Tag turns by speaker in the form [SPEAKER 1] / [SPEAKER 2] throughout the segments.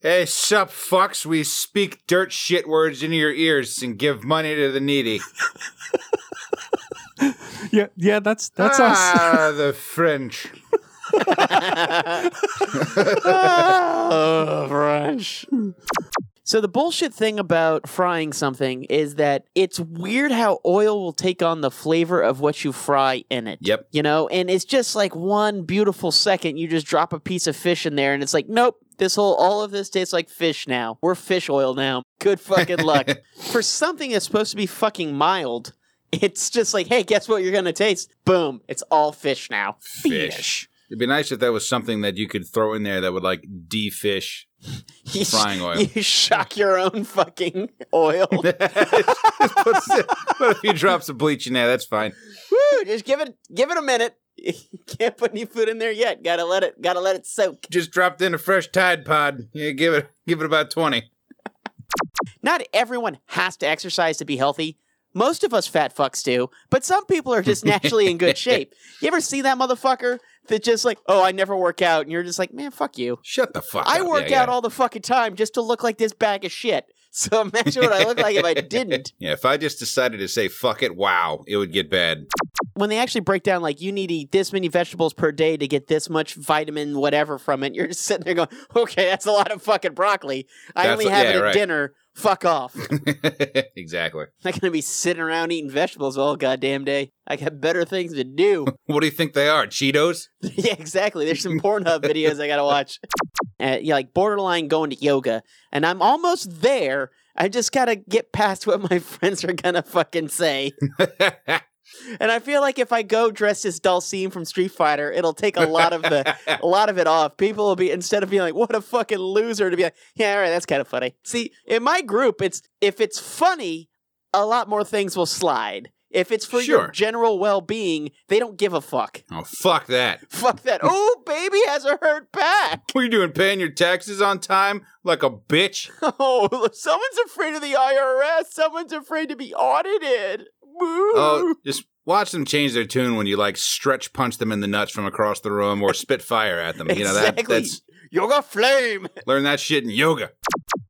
[SPEAKER 1] Hey, sup, fucks. We speak dirt shit words into your ears and give money to the needy.
[SPEAKER 2] Yeah, yeah, that's that's us.
[SPEAKER 1] ah, the French.
[SPEAKER 3] oh, French. So the bullshit thing about frying something is that it's weird how oil will take on the flavor of what you fry in it.
[SPEAKER 1] Yep.
[SPEAKER 3] You know, and it's just like one beautiful second you just drop a piece of fish in there and it's like, nope, this whole all of this tastes like fish now. We're fish oil now. Good fucking luck. For something that's supposed to be fucking mild, it's just like, hey, guess what you're gonna taste? Boom. It's all fish now.
[SPEAKER 1] Fish. It'd be nice if that was something that you could throw in there that would like defish
[SPEAKER 3] You sh-
[SPEAKER 1] frying oil.
[SPEAKER 3] You shock your own fucking oil. Woo!
[SPEAKER 1] Just put some- put a few drops of bleach in there. That's fine.
[SPEAKER 3] Just give it give it a minute. You can't put any food in there yet. Gotta let it gotta let it soak.
[SPEAKER 1] Just dropped in a fresh Tide Pod. Yeah, give it give it about twenty.
[SPEAKER 3] Not everyone has to exercise to be healthy. Most of us fat fucks do, but some people are just naturally in good shape. You ever see that motherfucker that just like, oh, I never work out, and you're just like, man, fuck you.
[SPEAKER 1] Shut the fuck
[SPEAKER 3] I
[SPEAKER 1] up.
[SPEAKER 3] work
[SPEAKER 1] Yeah,
[SPEAKER 3] out
[SPEAKER 1] yeah.
[SPEAKER 3] all the fucking time just to look like this bag of shit. So imagine what I look like if I didn't.
[SPEAKER 1] Yeah, if I just decided to say fuck it, wow, it would get bad.
[SPEAKER 3] when they actually break down like you need to eat this many vegetables per day to get this much vitamin whatever from it, you're just sitting there going, "Okay, that's a lot of fucking broccoli. I
[SPEAKER 1] That's-
[SPEAKER 3] only have
[SPEAKER 1] yeah,
[SPEAKER 3] it at
[SPEAKER 1] right.
[SPEAKER 3] dinner. Fuck off.
[SPEAKER 1] exactly.
[SPEAKER 3] not gonna be sitting around eating vegetables all goddamn day. I got better things to do."
[SPEAKER 1] What do you think they are? Cheetos?
[SPEAKER 3] yeah, exactly. There's some Pornhub videos I gotta watch. Uh, yeah, like borderline going to yoga, and I'm almost there. I just gotta get past what my friends are gonna fucking say. And I feel like if I go dressed as Dulcine from Street Fighter, it'll take a lot of the a lot of it off. People will be instead of being like, "What a fucking loser," to be like, "Yeah, all right, that's kind of funny." See, in my group, it's if it's funny, a lot more things will slide. If it's for your
[SPEAKER 1] Sure.
[SPEAKER 3] general well-being, they don't give a fuck.
[SPEAKER 1] oh, fuck that.
[SPEAKER 3] Fuck that. oh, baby has a hurt back.
[SPEAKER 1] What are you doing? Paying your taxes on time like a bitch?
[SPEAKER 3] Oh, someone's afraid of the IRS. Someone's afraid to be audited. Woo.
[SPEAKER 1] Oh, just watch them change their tune when you like stretch punch them in the nuts from across the room or spit fire at them. You know that
[SPEAKER 3] Exactly.
[SPEAKER 1] that's
[SPEAKER 3] yoga flame.
[SPEAKER 1] learn that shit in yoga.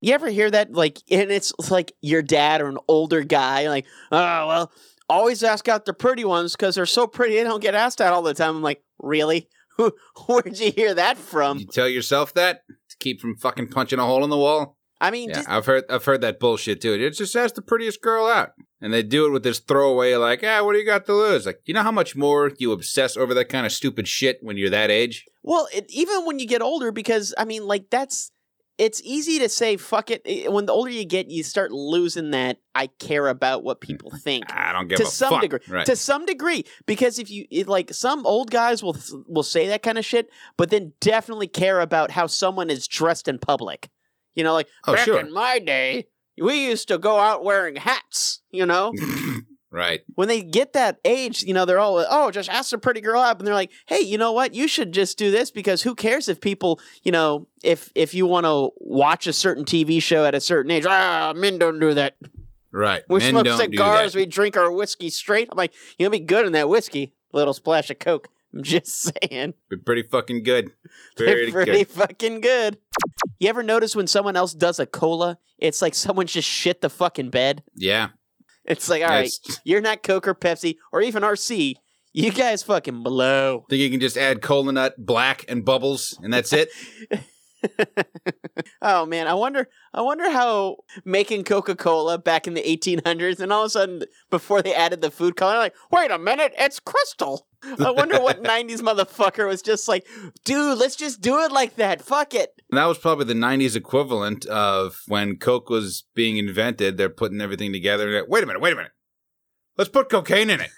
[SPEAKER 3] You ever hear that? Like, and it's like your dad or an older guy, like, oh, well, always ask out the pretty ones because they're so pretty, they don't get asked out all the time. I'm like, really? Who- Where'd you hear that from?
[SPEAKER 1] You tell yourself that to keep from fucking punching a hole in the wall.
[SPEAKER 3] I mean,
[SPEAKER 1] Yeah,
[SPEAKER 3] just,
[SPEAKER 1] I've heard I've heard that bullshit too. It just ask the prettiest girl out. And they do it with this throwaway like, ah, what do you got to lose? Like, you know how much more you obsess over that kind of stupid shit when you're that age?
[SPEAKER 3] well, it, even when you get older, because I mean, like, that's it's easy to say, fuck it. Eh, When the older you get, you start losing that I care about what people think.
[SPEAKER 1] I don't give
[SPEAKER 3] to
[SPEAKER 1] a
[SPEAKER 3] some
[SPEAKER 1] fuck.
[SPEAKER 3] degree
[SPEAKER 1] Right.
[SPEAKER 3] to some degree because if you it, like some old guys will will say that kind of shit but then definitely care about how someone is dressed in public you know like
[SPEAKER 1] oh,
[SPEAKER 3] back
[SPEAKER 1] sure.
[SPEAKER 3] in my day we used to go out wearing hats you know
[SPEAKER 1] right.
[SPEAKER 3] when they get that age you know they're all oh just ask a pretty girl up and they're like hey you know what you should just do this because who cares if people you know if if you want to watch a certain tv show at a certain age ah men don't do that
[SPEAKER 1] Right.
[SPEAKER 3] we
[SPEAKER 1] Men
[SPEAKER 3] smoke
[SPEAKER 1] don't do
[SPEAKER 3] cigars.
[SPEAKER 1] that.
[SPEAKER 3] We drink our whiskey straight. I'm like, you'll be good in that whiskey. Little splash of coke. I'm just saying.
[SPEAKER 1] Be pretty fucking good.
[SPEAKER 3] They're
[SPEAKER 1] Pretty
[SPEAKER 3] pretty
[SPEAKER 1] good.
[SPEAKER 3] fucking good. You ever notice when someone else does a cola, it's like someone just shit the fucking bed?
[SPEAKER 1] Yeah.
[SPEAKER 3] It's like, all right,
[SPEAKER 1] That's-
[SPEAKER 3] you're not Coke or Pepsi or even RC. You guys fucking blow.
[SPEAKER 1] Think you can just add cola nut, black, and bubbles, and that's it?
[SPEAKER 3] Oh man, I wonder I wonder how making Coca-Cola back in the 1800s and all of a sudden before they added the food color like, "Wait a minute, it's crystal." I wonder what 90s motherfucker was just like, "Dude, let's just do it like that. Fuck it."
[SPEAKER 1] And that was probably the 90s equivalent of when Coke was being invented. They're putting everything together. and they're, Wait a minute, wait a minute. Let's put cocaine in it.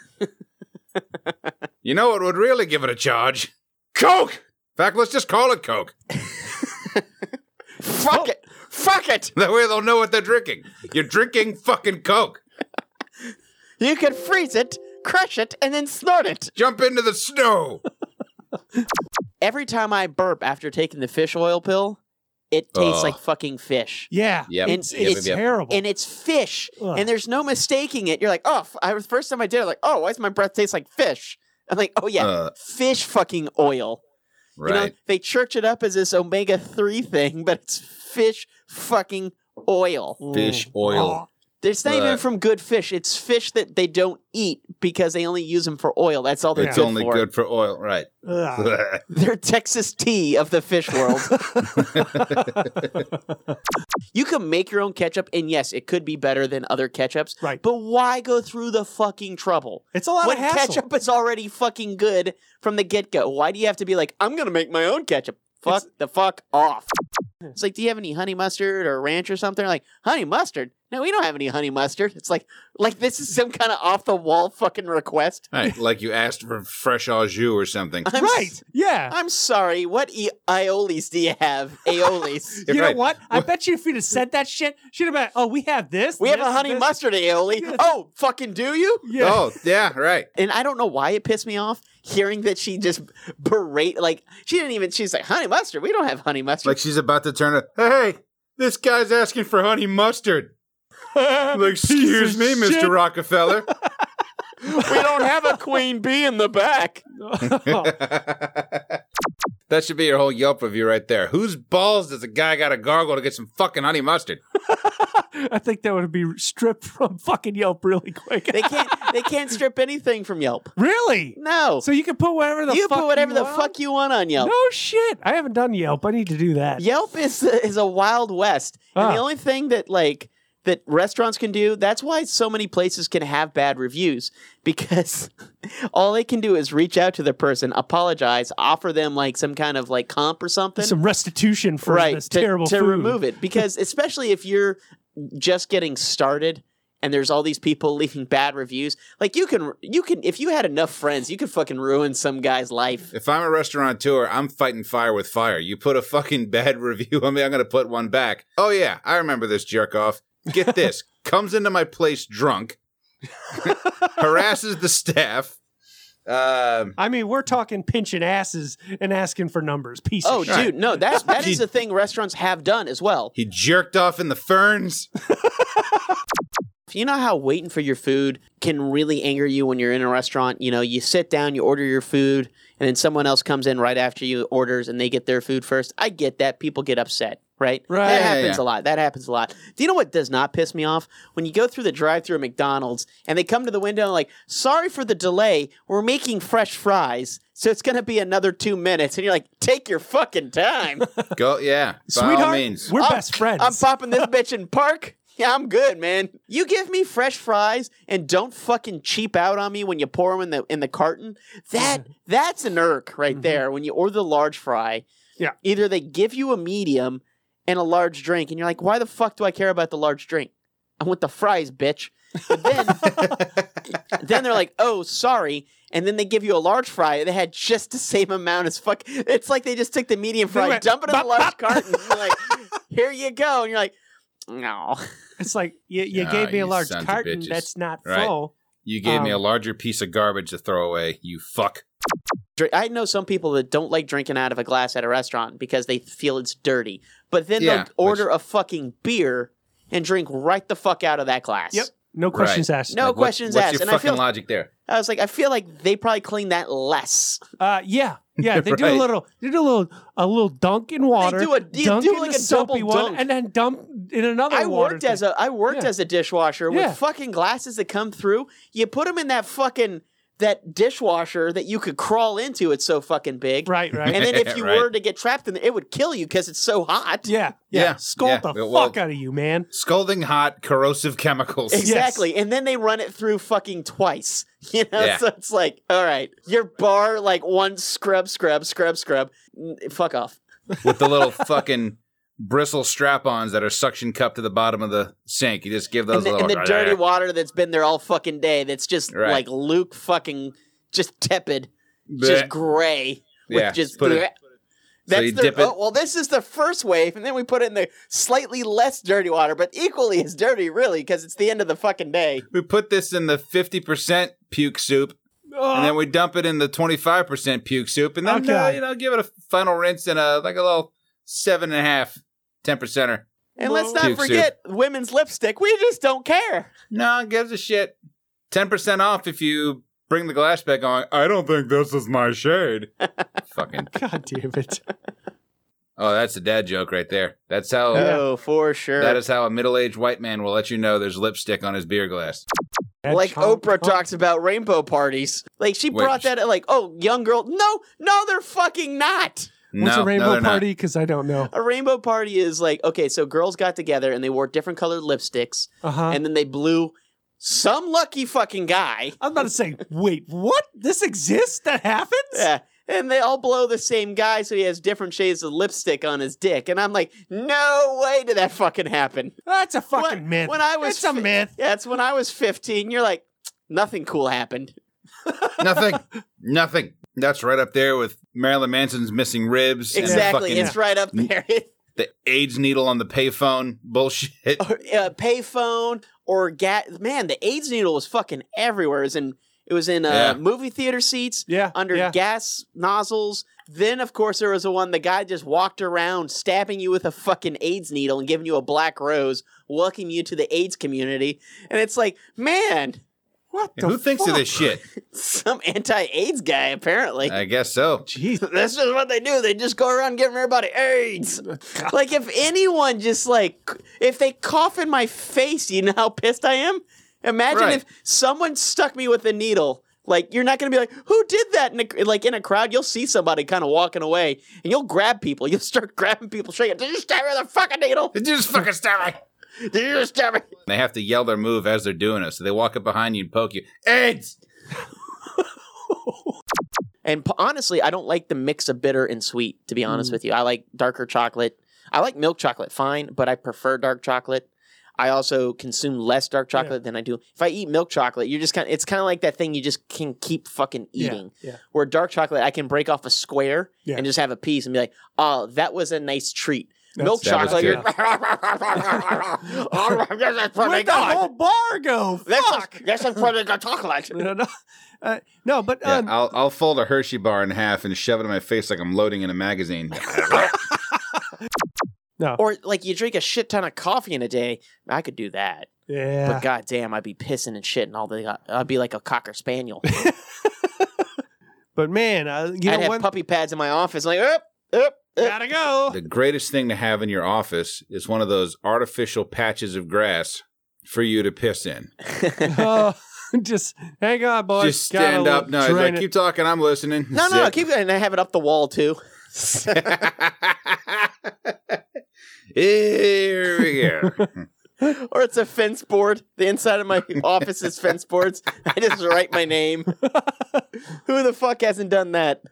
[SPEAKER 1] you know what would really give it a charge? Coke! In fact, let's just call it Coke.
[SPEAKER 3] Fuck it. Fuck it.
[SPEAKER 1] That way they'll know what they're drinking. You're drinking fucking Coke.
[SPEAKER 3] You can freeze it, crush it, and then snort it.
[SPEAKER 1] Jump into the snow.
[SPEAKER 3] Every time I burp after taking the fish oil pill, it tastes
[SPEAKER 1] Ugh.
[SPEAKER 3] like fucking fish.
[SPEAKER 2] Yeah,
[SPEAKER 1] Yep.
[SPEAKER 2] it's,
[SPEAKER 3] Yep,
[SPEAKER 2] it's
[SPEAKER 1] yep, yep.
[SPEAKER 2] terrible.
[SPEAKER 3] And it's fish.
[SPEAKER 2] Ugh.
[SPEAKER 3] and there's no mistaking it. You're like, oh, f- I was first time I did it, like, oh, why does my breath taste like fish? I'm like, oh yeah,
[SPEAKER 1] Uh.
[SPEAKER 3] fish fucking oil.
[SPEAKER 1] Right.
[SPEAKER 3] You know, they church it up as this omega three thing, but it's fish fucking oil.
[SPEAKER 2] Mm.
[SPEAKER 1] Fish oil.
[SPEAKER 3] It's not even
[SPEAKER 1] Right.
[SPEAKER 3] from good fish. It's fish that they don't eat because they only use them for oil. That's
[SPEAKER 2] Oh,
[SPEAKER 3] all they're
[SPEAKER 1] It's
[SPEAKER 3] good
[SPEAKER 1] only
[SPEAKER 3] for.
[SPEAKER 1] good for oil. Right.
[SPEAKER 2] Ugh.
[SPEAKER 3] They're Texas tea of the fish world. you can make your own ketchup, and yes, it could be better than other ketchups.
[SPEAKER 2] Right.
[SPEAKER 3] But why go through the fucking trouble?
[SPEAKER 2] It's a lot
[SPEAKER 3] when
[SPEAKER 2] of hassle.
[SPEAKER 3] ketchup is already fucking good from the get go, why do you have to be like, I'm gonna make my own ketchup? Fuck the fuck off. It's like, do you have any honey mustard or ranch or something? Like, honey mustard? No, we don't have any honey mustard. It's like, like this is some kind of off the wall fucking request.
[SPEAKER 1] right. Like you asked for fresh au jus or something.
[SPEAKER 3] I'm s-
[SPEAKER 2] right. Yeah.
[SPEAKER 3] I'm sorry. What e- aiolis do you have? Aiolis.
[SPEAKER 1] Yeah,
[SPEAKER 2] you
[SPEAKER 1] right.
[SPEAKER 2] know what? I bet you if you'd have said that shit, she'd have been, oh, we have this.
[SPEAKER 3] We have
[SPEAKER 2] this,
[SPEAKER 3] a honey
[SPEAKER 2] this."
[SPEAKER 3] mustard aioli. Oh, fucking do you?
[SPEAKER 2] Yeah.
[SPEAKER 1] Oh, yeah, right.
[SPEAKER 3] And I don't know why it pissed me off hearing that she just berate like she didn't even she's like honey mustard. We don't have honey mustard.
[SPEAKER 1] Like she's about to turn it. Hey, this guy's asking for honey mustard. Oh. Like,
[SPEAKER 2] Piece
[SPEAKER 1] excuse
[SPEAKER 2] of
[SPEAKER 1] me, Mr.
[SPEAKER 2] shit.
[SPEAKER 1] Rockefeller.
[SPEAKER 3] we don't have a queen bee in the back.
[SPEAKER 1] that should be your whole Yelp review right there. Whose balls does a guy got to gargle to get some fucking honey mustard?
[SPEAKER 2] I think that would be stripped from fucking Yelp really quick.
[SPEAKER 3] They can't they can't strip anything from Yelp.
[SPEAKER 2] really?
[SPEAKER 3] No.
[SPEAKER 2] So you can put whatever the
[SPEAKER 3] you
[SPEAKER 2] fuck
[SPEAKER 3] put whatever the
[SPEAKER 2] want?
[SPEAKER 3] fuck you want on Yelp.
[SPEAKER 2] No shit. I haven't done Yelp. I need to do that.
[SPEAKER 3] Yelp is is a wild west.
[SPEAKER 2] Ah.
[SPEAKER 3] And the only thing that like that restaurants can do, that's why so many places can have bad reviews because all they can do is reach out to the person, apologize, offer them like some kind of like comp or something.
[SPEAKER 2] Some restitution for
[SPEAKER 3] right
[SPEAKER 2] this
[SPEAKER 3] to,
[SPEAKER 2] terrible
[SPEAKER 3] to
[SPEAKER 2] food.
[SPEAKER 3] remove it because especially if you're just getting started and there's all these people leaving bad reviews like you can you can if you had enough friends you could fucking ruin some guy's life
[SPEAKER 1] If I'm a restaurateur, I'm fighting fire with fire. You put a fucking bad review on me, I'm going to put one back. Oh, yeah, I remember this jerk off. Get this comes into my place drunk, harasses the staff. Um,
[SPEAKER 2] I mean, we're talking pinching asses and asking for numbers. Piece
[SPEAKER 3] oh
[SPEAKER 2] of
[SPEAKER 3] dude
[SPEAKER 2] shit.
[SPEAKER 3] no that's that is the thing restaurants have done as well
[SPEAKER 1] he jerked off in the ferns.
[SPEAKER 3] you know how waiting for your food can really anger you when you're in a restaurant you know you sit down you order your food and then someone else comes in right after you orders and they get their food first i get that people get upset right
[SPEAKER 2] Right.
[SPEAKER 3] that
[SPEAKER 1] Yeah, yeah,
[SPEAKER 3] happens
[SPEAKER 1] yeah.
[SPEAKER 3] a lot that happens a lot do you know what does not piss me off when you go through the drive-through at mcdonald's and they come to the window and like sorry for the delay we're making fresh fries so it's gonna be another two minutes and you're like take your fucking time
[SPEAKER 1] Go, yeah, by all
[SPEAKER 2] Sweetheart,
[SPEAKER 1] means.
[SPEAKER 2] we're
[SPEAKER 3] I'm-
[SPEAKER 2] best friends.
[SPEAKER 3] I'm popping this bitch in park. Yeah, I'm good, man. You give me fresh fries and don't fucking cheap out on me when you pour them in the in the carton. That that's an irk right there. When you order the large fry,
[SPEAKER 2] Mm-hmm. Yeah.
[SPEAKER 3] Either they give you a medium and a large drink, and you're like, why the fuck do I care about the large drink? I want the fries, bitch. But then, then they're like, oh, sorry. And then they give you a large fry. They had just the same amount as fuck. It's like they just took the medium fry,
[SPEAKER 2] went,
[SPEAKER 3] dump it in
[SPEAKER 2] "Bop,
[SPEAKER 3] the large
[SPEAKER 2] bop."
[SPEAKER 3] carton. And you're like, here you go. And you're like, no.
[SPEAKER 2] it's like you, you
[SPEAKER 1] Ah,
[SPEAKER 2] gave me a
[SPEAKER 1] you
[SPEAKER 2] large
[SPEAKER 1] sons of
[SPEAKER 2] carton
[SPEAKER 1] bitches.
[SPEAKER 2] that's not
[SPEAKER 1] Right.
[SPEAKER 2] full.
[SPEAKER 1] You gave me a
[SPEAKER 2] Um,
[SPEAKER 1] larger piece of garbage to throw away, you fuck.
[SPEAKER 3] Dr- I know some people that don't like drinking out of a glass at a restaurant because they feel it's dirty. But then
[SPEAKER 1] Yeah,
[SPEAKER 3] they'll order a fucking beer and drink right the fuck out of that glass.
[SPEAKER 2] Yep. No questions asked.
[SPEAKER 3] No
[SPEAKER 1] Like, what-
[SPEAKER 3] questions
[SPEAKER 1] what's
[SPEAKER 3] asked.
[SPEAKER 1] your
[SPEAKER 3] and I
[SPEAKER 1] fucking
[SPEAKER 3] feel
[SPEAKER 1] logic there?
[SPEAKER 3] I was like, I feel like they probably clean that less.
[SPEAKER 2] Uh, yeah, yeah. They do a
[SPEAKER 1] Right.
[SPEAKER 2] little, they do a little, a little dunk in water.
[SPEAKER 3] do a- you
[SPEAKER 2] dunk
[SPEAKER 3] do
[SPEAKER 2] in
[SPEAKER 3] like
[SPEAKER 2] the
[SPEAKER 3] a
[SPEAKER 2] soapy
[SPEAKER 3] double
[SPEAKER 2] one,
[SPEAKER 3] dunk.
[SPEAKER 2] and then dump in another.
[SPEAKER 3] I
[SPEAKER 2] water
[SPEAKER 3] worked as a I worked
[SPEAKER 2] Yeah.
[SPEAKER 3] as a dishwasher
[SPEAKER 2] Yeah.
[SPEAKER 3] with fucking glasses that come through. You put them in that fucking that dishwasher that you could crawl into. It's so fucking big.
[SPEAKER 2] right, right.
[SPEAKER 3] And then if you
[SPEAKER 1] Right.
[SPEAKER 3] were to get trapped in there, it would kill you because it's so hot.
[SPEAKER 2] yeah, yeah,
[SPEAKER 1] Yeah,
[SPEAKER 2] Scold
[SPEAKER 1] yeah,
[SPEAKER 2] the
[SPEAKER 1] it will.
[SPEAKER 2] fuck out of you, man.
[SPEAKER 1] Scalding hot corrosive chemicals.
[SPEAKER 2] Ex-
[SPEAKER 3] Exactly. And then they run it through fucking twice. You know,
[SPEAKER 1] Yeah.
[SPEAKER 3] so it's like, all right, your bar like one scrub, scrub, scrub, scrub. N- Fuck off.
[SPEAKER 1] with the little fucking bristle strap-ons that are suction cupped to the bottom of the sink. You just give those
[SPEAKER 3] And the,
[SPEAKER 1] a little
[SPEAKER 3] and the dirty water that's been there all fucking day that's just
[SPEAKER 1] Right.
[SPEAKER 3] like Luke fucking just tepid,
[SPEAKER 1] Bleh.
[SPEAKER 3] just gray. With
[SPEAKER 1] Yeah,
[SPEAKER 3] just
[SPEAKER 1] put it-
[SPEAKER 3] bleh.
[SPEAKER 1] so
[SPEAKER 3] That's
[SPEAKER 1] you
[SPEAKER 3] the,
[SPEAKER 1] dip it-
[SPEAKER 3] oh, well, this is the first wave, and then we put it in the slightly less dirty water, but equally as dirty, really, because it's the end of the fucking day.
[SPEAKER 1] We put this in the 50% puke soup and
[SPEAKER 2] Oh,
[SPEAKER 1] then we dump it in the 25% puke soup and then
[SPEAKER 2] Okay.
[SPEAKER 1] uh, you know give it a final rinse and a like a little seven and a half, ten percenter.
[SPEAKER 3] And let's not
[SPEAKER 1] Puke soup.
[SPEAKER 3] forget women's lipstick. We just don't care.
[SPEAKER 1] No, one gives a shit. Ten percent off if you bring the glass back on. I don't think this is my shade. Fucking.
[SPEAKER 2] God damn it.
[SPEAKER 1] Oh, that's a dad joke right there. That's how.
[SPEAKER 3] Oh, for sure.
[SPEAKER 1] That is how a middle-aged white man will let you know there's lipstick on his beer glass.
[SPEAKER 3] like
[SPEAKER 2] Hedgehog- Oh,
[SPEAKER 3] Oprah talks about rainbow parties. Like she
[SPEAKER 1] Wait,
[SPEAKER 3] brought
[SPEAKER 1] sh-
[SPEAKER 3] that like, oh, young girl. No, no, they're fucking not.
[SPEAKER 1] no,
[SPEAKER 2] What's a
[SPEAKER 1] no,
[SPEAKER 2] rainbow
[SPEAKER 1] they're not.
[SPEAKER 2] party? Because I don't know.
[SPEAKER 3] A rainbow party is like, okay, so girls got together and they wore different colored lipsticks
[SPEAKER 2] Uh huh.
[SPEAKER 3] and then they blew some lucky fucking guy.
[SPEAKER 2] I was about to say, wait, what? This exists? That happens?
[SPEAKER 3] Yeah. And they all blow the same guy, so he has different shades of lipstick on his dick. And I'm like, no way did that fucking happen.
[SPEAKER 2] That's a fucking
[SPEAKER 3] When-
[SPEAKER 2] myth.
[SPEAKER 3] when I was
[SPEAKER 2] it's a
[SPEAKER 3] fi-
[SPEAKER 2] myth.
[SPEAKER 3] Yeah, it's when I was 15. You're like, nothing cool happened.
[SPEAKER 1] Nothing. Nothing. That's right up there with Marilyn Manson's missing ribs. and the
[SPEAKER 3] Exactly.
[SPEAKER 1] fucking-
[SPEAKER 3] It's right up there.
[SPEAKER 1] the AIDS needle on the payphone bullshit.
[SPEAKER 2] Oh,
[SPEAKER 3] uh, payphone or gat. Man, the AIDS needle was fucking everywhere. It was in, it was in uh,
[SPEAKER 1] Yeah.
[SPEAKER 3] movie theater seats,
[SPEAKER 2] Yeah.
[SPEAKER 3] under
[SPEAKER 2] yeah.
[SPEAKER 3] gas nozzles. Then, of course, there was the one the guy just walked around stabbing you with a fucking AIDS needle and giving you a black rose, welcoming you to the AIDS community. And it's like, man,
[SPEAKER 2] What the
[SPEAKER 1] Who thinks of this
[SPEAKER 2] fuck?
[SPEAKER 1] shit?
[SPEAKER 3] some anti AIDS guy, apparently.
[SPEAKER 1] I guess so.
[SPEAKER 2] Jeez.
[SPEAKER 3] That's just what they do. They just go around giving everybody AIDS. Like, if anyone just like, c- if they cough in my face, you know how pissed I am? Imagine
[SPEAKER 1] Right.
[SPEAKER 3] if someone stuck me with a needle. Like, you're not going to be like, who did that? In a, like, in a crowd, you'll see somebody kind of walking away and you'll grab people. You'll start grabbing people, shaking. Did you stab me with a fucking needle?
[SPEAKER 1] Did you just fucking stab me?
[SPEAKER 3] Did you just stab me?
[SPEAKER 1] They have to yell their move as they're doing it. So they walk up behind you and poke you. AIDS!
[SPEAKER 3] And p- honestly, I don't like the mix of bitter and sweet, to be
[SPEAKER 2] Mm.
[SPEAKER 3] honest with you. I like darker chocolate. I like milk chocolate fine, but I prefer dark chocolate. I also consume less dark
[SPEAKER 2] Yeah.
[SPEAKER 3] chocolate than I do. If I eat milk chocolate, you're just kind of, it's kind of like that thing you just can keep fucking eating.
[SPEAKER 2] Yeah. yeah.
[SPEAKER 3] Where dark chocolate, I can break off a square
[SPEAKER 2] Yeah.
[SPEAKER 3] and just have a piece and be like, oh, that was a nice treat. milk
[SPEAKER 1] That was
[SPEAKER 3] chocolate, Oh,
[SPEAKER 1] good.
[SPEAKER 3] you're. Where'd
[SPEAKER 2] Where'd the whole bar go? Fuck.
[SPEAKER 3] That's a pretty good chocolate.
[SPEAKER 2] No, no, uh, no, but
[SPEAKER 1] Yeah,
[SPEAKER 2] um,
[SPEAKER 1] I'll, I'll fold a Hershey bar in half and shove it in my face like I'm loading in a magazine.
[SPEAKER 2] no.
[SPEAKER 3] Or like you drink a shit ton of coffee in a day. I could do that.
[SPEAKER 2] Yeah.
[SPEAKER 3] But goddamn, I'd be pissing and shitting all the. uh, I'd be like a cocker spaniel.
[SPEAKER 2] But man, uh, you
[SPEAKER 3] I'd
[SPEAKER 2] know
[SPEAKER 3] have
[SPEAKER 2] what?
[SPEAKER 3] puppy pads in my office, like "Oh, up, up, up.
[SPEAKER 2] Gotta go.
[SPEAKER 1] the greatest thing to have in your office is one of those artificial patches of grass for you to piss in.
[SPEAKER 2] Oh, just hang on, boys.
[SPEAKER 1] Just stand up. No, it's like, keep talking. I'm listening.
[SPEAKER 3] no, no, no,
[SPEAKER 1] Zip.
[SPEAKER 3] keep going. And I have it up the wall too.
[SPEAKER 1] Here we go.
[SPEAKER 3] or it's a fence board. The inside of my office is fence boards. I just write my name. Who the fuck hasn't done that?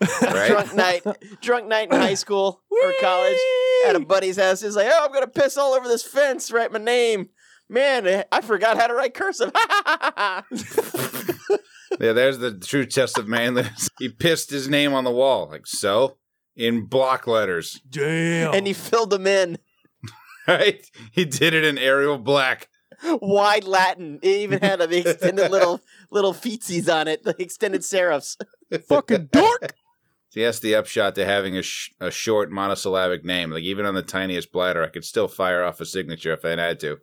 [SPEAKER 1] Right?
[SPEAKER 3] Drunk night, drunk night in high school or college at a buddy's house. He's like, "Oh, I'm gonna piss all over this fence. Write my name." Man, eh, I forgot how to write cursive.
[SPEAKER 2] Oh.
[SPEAKER 1] Yeah, there's the true test of manliness. He pissed his name on the wall. Like, so? In block letters.
[SPEAKER 2] Damn.
[SPEAKER 3] and he filled them in.
[SPEAKER 1] Right? He did it in Arial Black.
[SPEAKER 3] wide Latin. It even had uh, the extended little little feetsies on it, the extended serifs.
[SPEAKER 2] fucking dork.
[SPEAKER 1] See, that's the upshot to having a, sh- a short monosyllabic name. Like, even on the tiniest bladder, I could still fire off a signature if I had to.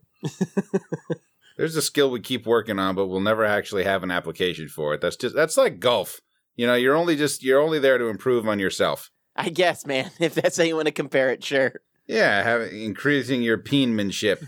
[SPEAKER 1] There's a skill we keep working on, but we'll never actually have an application for it. That's just, that's like golf. You know, you're only just, you're only there to improve on yourself.
[SPEAKER 3] I guess, man. If that's how you want to compare it, sure.
[SPEAKER 1] Yeah, have, increasing your penmanship.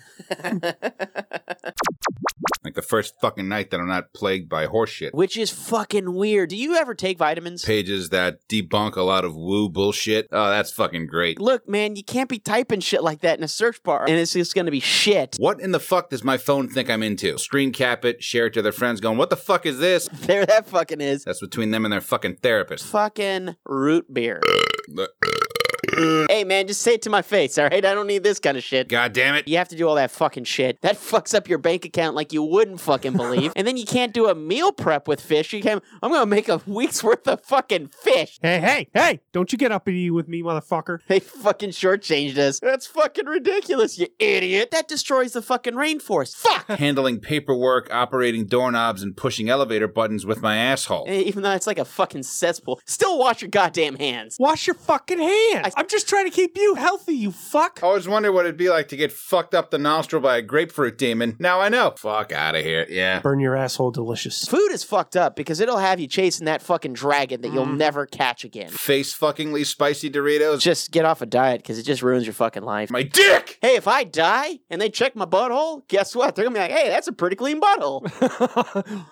[SPEAKER 1] Like the first fucking night that I'm not plagued by horseshit.
[SPEAKER 3] Which is fucking weird. Do you ever take vitamins?
[SPEAKER 1] Pages that debunk a lot of woo bullshit. Oh, that's fucking great.
[SPEAKER 3] Look, man, you can't be typing shit like that in a search bar, and it's just gonna be shit.
[SPEAKER 1] What in the fuck does my phone think I'm into? Screen cap it, share it to their friends, going, what the fuck is this?
[SPEAKER 3] There, that fucking is.
[SPEAKER 1] That's between them and their fucking therapist.
[SPEAKER 3] Fucking root beer. hey, man, just say it to my face, all right? I don't need this kind of shit.
[SPEAKER 1] God damn it.
[SPEAKER 3] You have to do all that fucking shit. That fucks up your bank account like you wouldn't fucking believe. and then you can't do a meal prep with fish. You can't. I'm gonna make a week's worth of fucking fish.
[SPEAKER 2] Hey, hey, hey! Don't you get up and eat with me, motherfucker.
[SPEAKER 3] They fucking shortchanged us. That's fucking ridiculous, you idiot. That destroys the fucking rainforest. Fuck.
[SPEAKER 1] Handling paperwork, operating doorknobs, and pushing elevator buttons with my
[SPEAKER 3] Eh,
[SPEAKER 1] asshole.
[SPEAKER 3] Even though it's like a fucking cesspool, still wash your goddamn hands.
[SPEAKER 2] Wash your fucking hands.
[SPEAKER 3] I
[SPEAKER 2] I, I'm just trying to keep you healthy, you fuck.
[SPEAKER 1] I always wondered what it'd be like to get fucked up the nostril by a grapefruit demon. Now I know. Fuck out of here. Yeah.
[SPEAKER 2] Burn your asshole delicious.
[SPEAKER 3] Food is fucked up because it'll have you chasing that fucking dragon that you'll never catch again.
[SPEAKER 1] Face fuckingly spicy Doritos.
[SPEAKER 3] Just get off a diet because it just ruins your fucking life.
[SPEAKER 1] My dick!
[SPEAKER 3] Hey, if I die and they check my butthole, guess what? They're gonna be like, hey, that's a pretty clean butthole.